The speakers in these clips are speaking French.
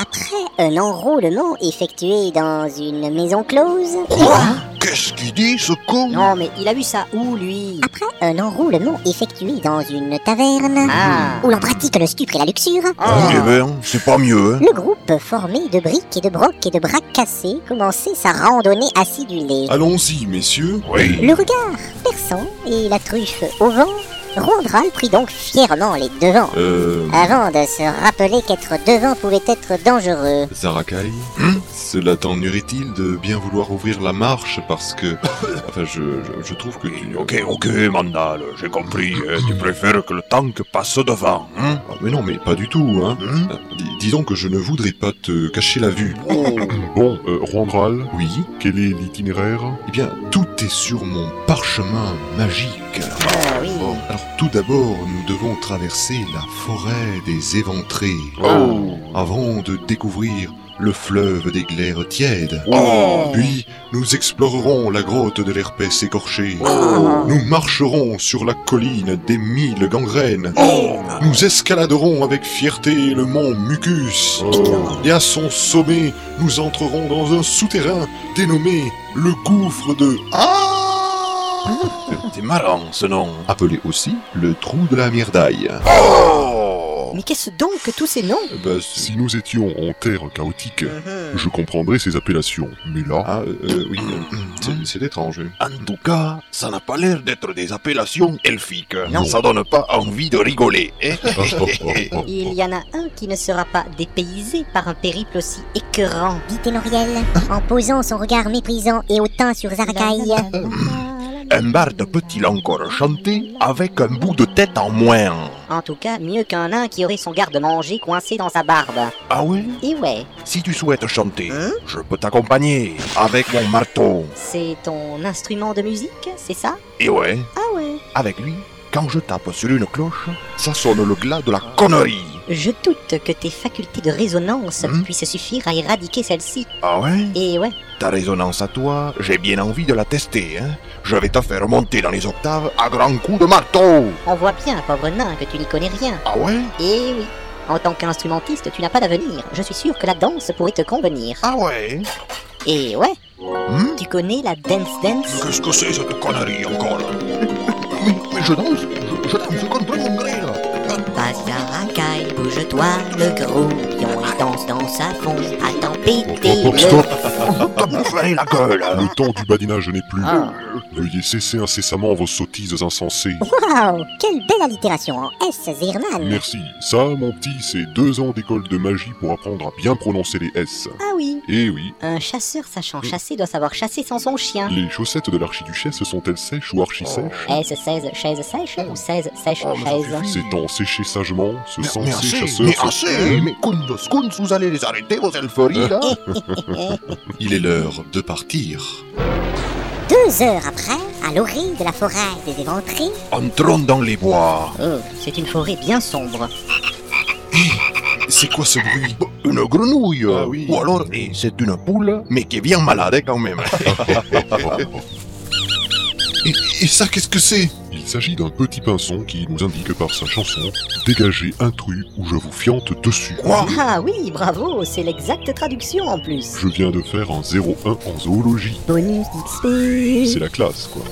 après un enrôlement effectué dans une maison close. Quoi Qu'est-ce qu'il dit, ce con Non, mais il a vu ça où, lui Après un enroulement effectué dans une taverne Ah. où l'on pratique le stupre et la luxure, Ah. Eh ben, c'est pas mieux, hein le groupe formé de briques et de brocs et de bras cassés commençait sa randonnée acidulée. Ah Allons-y, messieurs. Oui. Le regard perçant et la truffe au vent, Rondral prit donc fièrement les devants. Euh. Avant de se rappeler qu'être devant pouvait être dangereux. Zarakai, Hum cela t'ennuierait-il de bien vouloir ouvrir la marche parce que. enfin, je, je, je trouve que tu. Ok, ok, Mandal, j'ai compris. hein, tu préfères que le tank passe devant, hein Ah, mais non, mais pas du tout, hein. Hein Euh, dis- disons que je ne voudrais pas te cacher la vue. Bon, euh, Rondral, Oh. Oui quel est l'itinéraire Eh bien, tout est sur mon parchemin magique. Ah, oui. Bon, alors tout d'abord, nous devons traverser la forêt des éventrés Oh. Oh. avant de découvrir le fleuve des glaires tièdes. Oh. Eh. Puis, nous explorerons la grotte de l'herpès écorché. Nous marcherons sur la colline des mille gangrènes. Nous escaladerons avec fierté le mont Mucus. Et à son sommet, nous entrerons dans un souterrain dénommé le gouffre de Ah. C'est marrant, ce nom. appelé aussi le trou de la merdaille. Ah. Oh Mais qu'est-ce donc que tous ces noms Eh Euh, ben, bah, c'est- Si nous étions en terre chaotique, je comprendrais ces appellations. Mais là, Ah, euh, euh, oui, euh, c'est- c'est étrange. En tout cas, ça n'a pas l'air d'être des appellations elfiques. Non. Ça donne pas envie de rigoler, hein Il y en a un qui ne sera pas dépaysé par un périple aussi écœurant. Dit Ténoriel, en posant son regard méprisant et hautain sur Zarakaï. Un barde peut-il encore chanter avec un bout de tête en moins En tout cas, mieux qu'un nain qui aurait son garde-manger coincé dans sa barbe. Ah oui Et ouais, Si tu souhaites chanter, Hein je peux t'accompagner avec mon marteau. c'est ton instrument de musique, c'est ça Et ouais, Ah ouais. avec lui, quand je tape sur une cloche, ça sonne le glas de la connerie. Je doute que tes facultés de résonance Hmm. puissent suffire à éradiquer celle-ci. Ah ouais Et ouais, Ta résonance à toi, j'ai bien envie de la tester, hein. Je vais te faire monter dans les octaves à grands coups de marteau. on voit bien, pauvre nain, que tu n'y connais rien. Ah ouais Et Eh oui. En tant qu'instrumentiste, tu n'as pas d'avenir. Je suis sûr que la danse pourrait te convenir. Ah ouais Et ouais, Hmm tu connais la dance dance Qu'est-ce que c'est cette connerie encore mais, mais je danse, je, je danse contre mon gré là. Bazarakai, bouge-toi, le grouillon, il danse dans sa fonte, attends péter Hop, hop, stop T'as bouffé la gueule hein. Le temps du badinage n'est plus. Ah. Veuillez cesser incessamment vos sottises insensées. Oh. Waouh Quelle belle allitération en S, Zirman Merci. Ça, mon petit, c'est deux ans d'école de magie pour apprendre à bien prononcer les S. Ah oui, Eh oui, un chasseur sachant chasser doit savoir chasser sans son chien. les chaussettes de l'archiduchesse sont-elles sèches ou archi-sèches Est-ce 16 chaises sèches ou 16 sèches chaises C'est en sécher sagement, ce Mais, sang mais sèche assez, chasseur mais se- assez, mais Kundos, Kundos, vous allez les arrêter vos elferes là Il est l'heure de partir. Deux heures après, à l'orée de la forêt des éventrés, Entrons dans les bois. Oh, c'est une forêt bien sombre. C'est quoi ce bruit Une grenouille Ah oui. Ou alors, eh, c'est une poule, mais qui est bien malade hein, quand même. et, et ça, qu'est-ce que c'est Il s'agit d'un petit pinson qui nous indique par sa chanson Dégagez intrus ou je vous fiante dessus. Quoi Ah oui, bravo, c'est l'exacte traduction en plus. Je viens de faire un 01 en zoologie. Bonus XP. C'est la classe, quoi.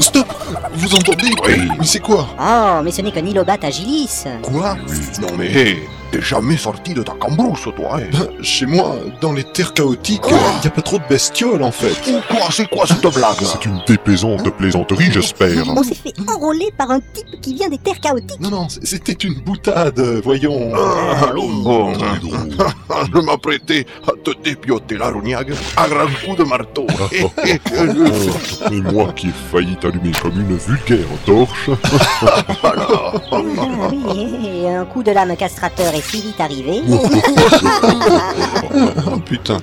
Stop Vous entendez Mais c'est quoi Oh, mais ce n'est qu'un ilobat agilis. Quoi Non mais, hé, t'es jamais sorti de ta cambrousse toi. hein. Ben, Chez moi, dans les terres chaotiques, il y a pas trop de bestioles en fait. Quoi, c'est quoi cette blague C'est une déplaisante plaisanterie, j'espère. On s'est fait enrôler par un type qui vient des terres chaotiques. Non, non, c- c'était une boutade, voyons. Ah, bon, Très drôle. je m'apprêtais à te dépioter la rognague à grands coups de marteau. oh, Eh, Oh, Et moi qui ai failli t'allumer comme une vulgaire torche. Ah oui, et un coup de lame castrateur est si vite arrivé. Oh, putain.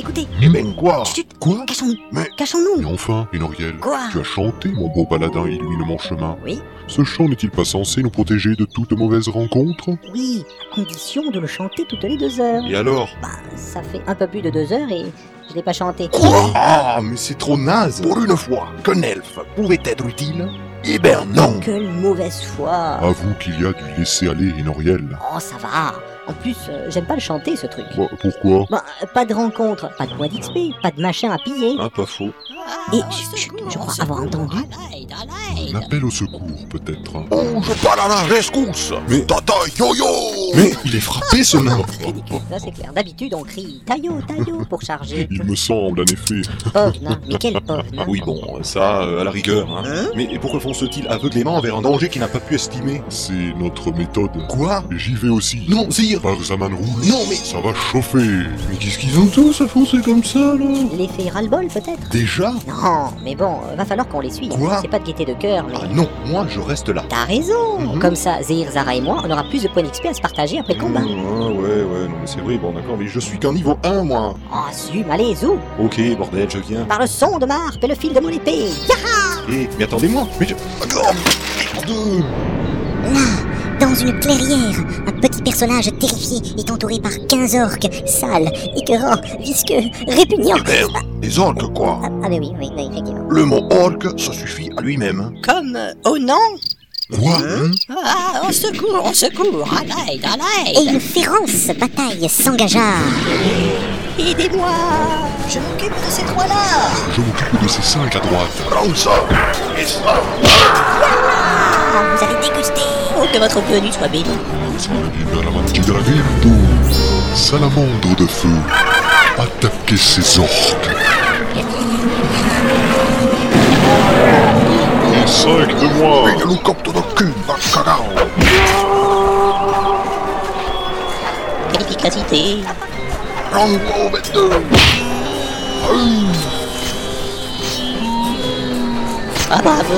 Écoutez, Eh ben quoi chut, Quoi cachons-nous, Mais- Mais cachons-nous. enfin, Enoriel, Quoi tu as chanté, mon beau paladin illumine mon chemin. Oui. Ce chant n'est-il pas censé nous protéger de toute mauvaise rencontre Oui, à condition de le chanter toutes les deux heures. Et alors Bah, ça fait un peu plus de deux heures et je l'ai pas chanté. Ah, mais c'est trop naze. Pour une fois qu'un elfe pouvait être utile, eh ben non Quelle mavoise foi. Ah. Avoue qu'il y a du laisser-aller, Enoriel. Oh, ça va. En plus, euh, j'aime pas le chanter, ce truc. Bah, pourquoi Bah, euh, pas de rencontre, pas de poids d'XP, pas de machin à piller. Ah, pas faux. Et chut, chut, je crois avoir entendu. Un appel au secours, peut-être. Oh, je pars à la rescousse Tata yo-yo Mais il est frappé ce nain Ça, c'est clair. D'habitude, on crie Taillot, taillot pour charger. Il me semble, en effet. Pauvre nain, mais quel pauvre nain. Ah Oui, bon, ça, euh, à la rigueur. Hein. Hein Mais pourquoi fonce-t-il aveuglément vers un danger qu'il n'a pas pu estimer C'est notre méthode. Quoi J'y vais aussi. Non, Zir Par Zaman Roule. Non, mais... Ça va chauffer. Mais qu'est-ce qu'ils ont tous à foncer comme ça, là L'effet ras-le-bol, peut-être Déjà Non, mais bon, euh, va falloir qu'on les suive. Quoi C'est pas de gaieté de cœur, mais. Ah non, moi, je reste là. T'as raison Mhm. Comme ça, Zehir, Zara et moi, on aura plus de points d'XP à se partager après le combat. Mmh, ah, ouais, ouais, non, mais c'est vrai, bon, d'accord, mais je suis qu'en niveau 1, moi Oh, zoom, allez, zou Ok, bordel, je viens. Par le son de ma harpe et le fil de mon épée Yaha Eh, mais attendez-moi Mais je... Oh, merde Dans une clairière, un petit personnage terrifié est entouré par 15 orques, sales, écœurants, visqueux, répugnants. Merde, les orques quoi Ah, ah, mais oui, oui, oui, effectivement. Le mot orque, ça suffit à lui-même. Comme euh, oh au nom Quoi hein Ah, au secours, au secours, à l'aide, à Et l'aide une féroce bataille s'engagea. Aidez-moi Je m'occupe de ces trois-là Je m'occupe de ces cinq à droite. Prends ça Et ça Ah, vous avez dégusté Oh, que votre venue soit bénie Tidragildo, salamandre de feu, attaquez ces orques. Les cinq de moi Le loup-copte de cul, va cagao Quelle efficacité Prends-moi, bête de... Ah, bravo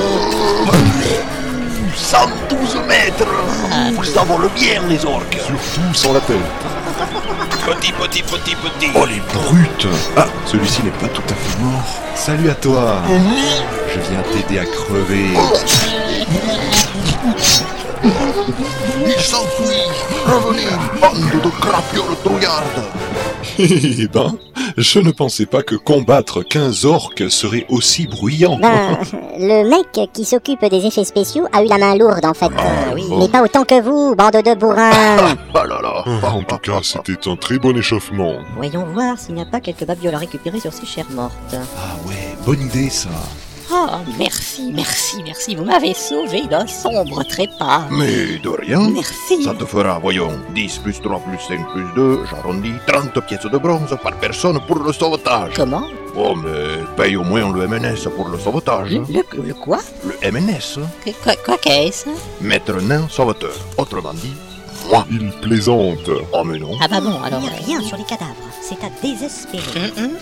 112 mètres Nous savons le bien, les orques Surtout sans la tête Petit, petit, petit, petit Oh, les brutes Ah, celui-ci n'est pas tout à fait mort. Salut à toi Je viens t'aider à crever. Il s'enfuit Revenez, bande de crapioles trouillardes eh ben, je ne pensais pas que combattre 15 orques serait aussi bruyant. Ben, le mec qui s'occupe des effets spéciaux a eu la main lourde en fait. oui. Mais pas autant que vous, bande de bourrins Ah là là En tout cas, c'était un très bon échauffement. Voyons voir s'il n'y a pas quelques babioles à récupérer sur ces chairs mortes. Ah ouais, bonne idée ça. Oh, merci, merci, merci, vous m'avez sauvé d'un sombre trépas Mais de rien Merci Ça te fera, voyons, 10 plus 3 plus 5 plus 2, j'arrondis, 30 pièces de bronze par personne pour le sauvetage. Comment Oh, mais paye au moins le MNS pour le sauvetage. le, le- le quoi Le MNS Que- Quoi, quoi qu'est-ce Maître nain sauveteur. Autrement dit, Il plaisante. oh mais non. Ah bah bon, Il alors... n'y a rien sur les cadavres, c'est à désespérer. Hum, hum.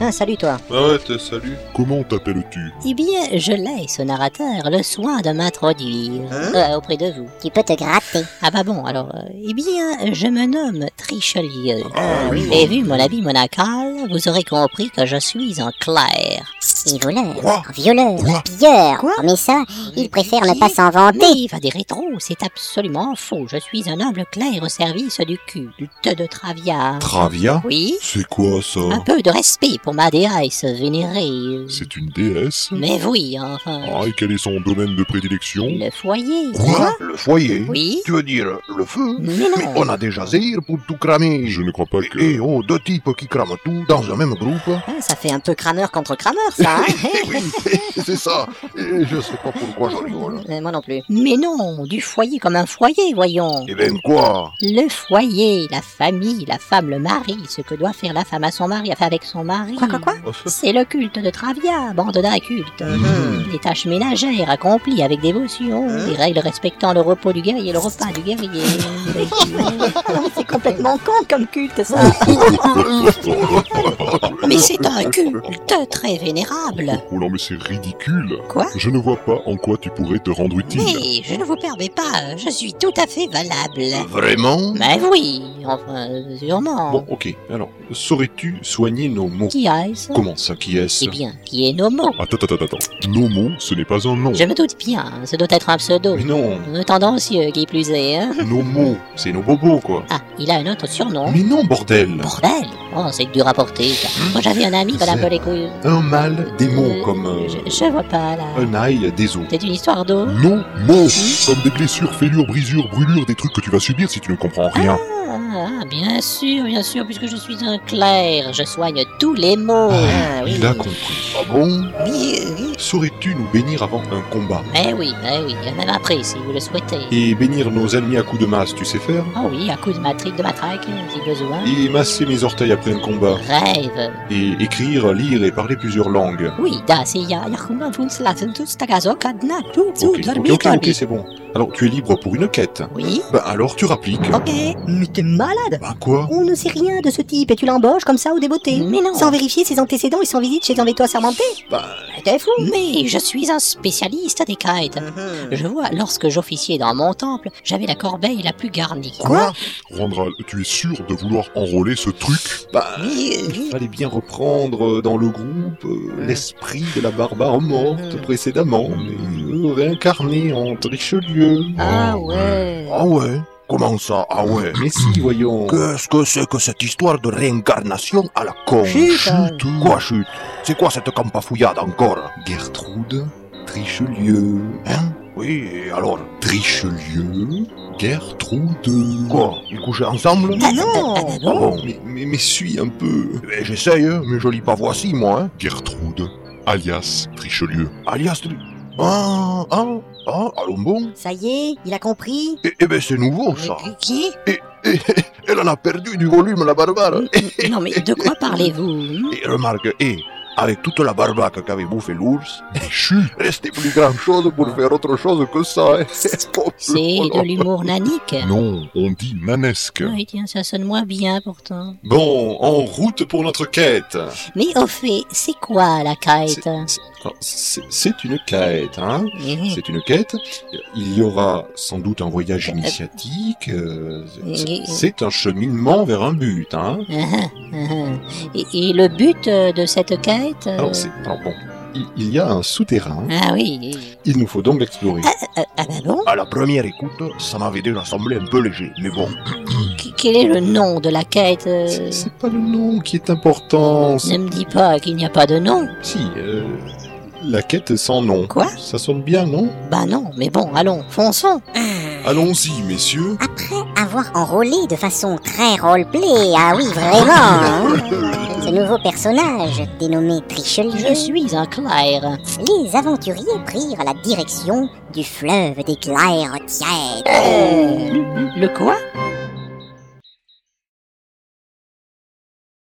Ah, salut toi. Ah ouais, salut. Comment t'appelles-tu Eh bien, je laisse au narrateur le soin de m'introduire Hein euh, auprès de vous. Tu peux te gratter. Ah bah bon, alors, euh, eh bien, je me nomme Trichelieu. Ah Et vu mon habit monacal, vous aurez compris que je suis un clerc. Et voleur, Quoi violeur, Quoi pilleur. Quoi mais ça, il préfère ne pas s'en Mais vanter. il va des rétros, c'est absolument faux. Je suis un humble clerc au service du culte de Traviard. Travia Oui, C'est quoi ça un peu de respect pour ma déesse vénérée. C'est une déesse Mais oui, enfin, Ah, et quel est son domaine de prédilection le foyer. Le foyer Oui Tu veux dire le feu Mais non On a déjà Zéhir pour tout cramer. Je ne crois pas Et que... et oh, deux types qui crament tout dans un même groupe. Oh. Ah, ça fait un peu crameur contre crameur, ça. hein Eh oui, c'est ça. Et je sais pas pourquoi je rigole. Euh, Moi non plus. Mais non, du foyer comme un foyer, voyons. Eh ben quoi Le foyer, la famille, la femme, le mari, ce que doit faire la femme à son mari, enfin avec son mari. Quoi, quoi, quoi C'est le culte de Travia, bande d'incultes. Hmm. Des tâches ménagères accomplies avec dévotion, Hein des règles respectant le repos du guerrier et le repas du guerrier. C'est complètement con comme culte, ça. Mais c'est un culte très vénérable. Oh non, mais c'est ridicule Quoi Je ne vois pas en quoi tu pourrais te rendre utile. Mais je ne vous permets pas, je suis tout à fait valable. Vraiment Mais oui, enfin, sûrement. Bon, ok. Alors, saurais-tu soigner nos mots Qui est-ce Comment ça, qui est-ce Eh bien, qui est Nomo Attends, attends, attends, attends. Nomo, ce n'est pas un nom. Je me doute bien, ce doit être un pseudo. Mais non, Un tendancieux qui plus est, hein nos mots, c'est nos bobos, quoi. Ah, il a un autre surnom. Mais non, bordel Bordel Oh, c'est que du rapporté, ça. Moi j'avais un ami, madame C'est- de l'écouille. Un mâle des mots comme euh, Je, je vois pas là. un ail des os. C'est une histoire d'eau. Non, non Comme des blessures, fêlures, brisures, brûlures, des trucs que tu vas subir si tu ne comprends rien. Ah, bien sûr, bien sûr, puisque je suis un clerc, je soigne tous les maux. Ah, Ah, oui. Il a compris. Ah bon Saurais-tu nous bénir avant un combat Mais oui, mais oui, et même après, si vous le souhaitez. Et bénir nos ennemis à coups de masse, tu sais faire Ah oui, à coup de matrique, de matraque, si besoin. Et masser mes orteils après un combat Rêve. Et écrire, lire et parler plusieurs langues Oui, da, si ya, ya, kuma, fun, sla, sun, tus, tagazo, kadna, tu, tu, Ok, ok, dormi, ok, ok, dormi. c'est bon. Alors, tu es libre pour une quête. Oui, Bah alors, tu rappliques. Ok. Mais t'es malade Bah quoi On ne sait rien de ce type et tu l'embauches comme ça au débeauté. Mais non. Sans vérifier ses antécédents et sans visite chez un véto assermenté. Bah, Ah, Mais T'es fou mais je suis un spécialiste des kites. Je vois, lorsque j'officiais dans mon temple, j'avais la corbeille la plus garnie. Ah, Quoi Randral, tu es sûr de vouloir enrôler ce truc Bah, il fallait bien reprendre euh, dans le groupe euh, l'esprit de la barbare morte précédemment, mais euh, réincarné en Richelieu. Oh. Ah ouais. Ah ouais Comment ça Ah ouais Mais si, voyons. Qu'est-ce que c'est que cette histoire de réincarnation à la con Chut hein. Quoi chute C'est quoi cette campafouillade encore Gertrude, Trichelieu. Hein Oui, et alors Trichelieu, Gertrude. Quoi Ils couchaient ensemble Mais non Ah bon mais, mais, mais suis un peu. Eh, J'essaye, hein, mais je lis pas voici, moi. hein. Gertrude, alias Trichelieu. Alias... tri- Ah, ah, ah, allons bon. Ça y est, il a compris. Eh, eh ben, c'est nouveau, ça. Qui Elle en a perdu du volume, la barbare. Mm, Non, mais de quoi parlez-vous hein Et remarque, et avec toute la barbaque qu'avait bouffé l'ours, Mais chut restait plus grand-chose pour faire autre chose que ça. hein. Oh, C'est de l'humour nanique. Non, on dit nanesque. Oui, tiens, ça sonne moins bien pourtant. Bon, en route pour notre quête. Mais au fait, c'est quoi la kite Alors, Oh, C'est c'est une quête, hein Mhm. C'est une quête. Il y aura sans doute un voyage initiatique. euh, c'est- C'est un cheminement vers un but, hein Ah, ah. Et, et le but euh, de cette quête euh, Alors, c'est- alors bon, il, il y a un souterrain. Ah oui. Il nous faut donc l'explorer. Ah, ah bah bon À la première écoute, ça m'avait déjà semblé un peu léger, mais bon. Qu- Quel est le nom de la quête euh, C'est c'est pas le nom qui est important. c'est- Ne me dis pas qu'il n'y a pas de nom. Si, euh, la quête sans nom. Quoi Ça sonne bien, non Bah non, mais bon, allons, fonçons. Allons-y, messieurs. Ah. Avoir enrôlé de façon très roleplay, ah oui, vraiment hein. Ce nouveau personnage, dénommé Trichelieu, Je suis un clair. les aventuriers prirent la direction du fleuve des Glaires tièdes. Le quoi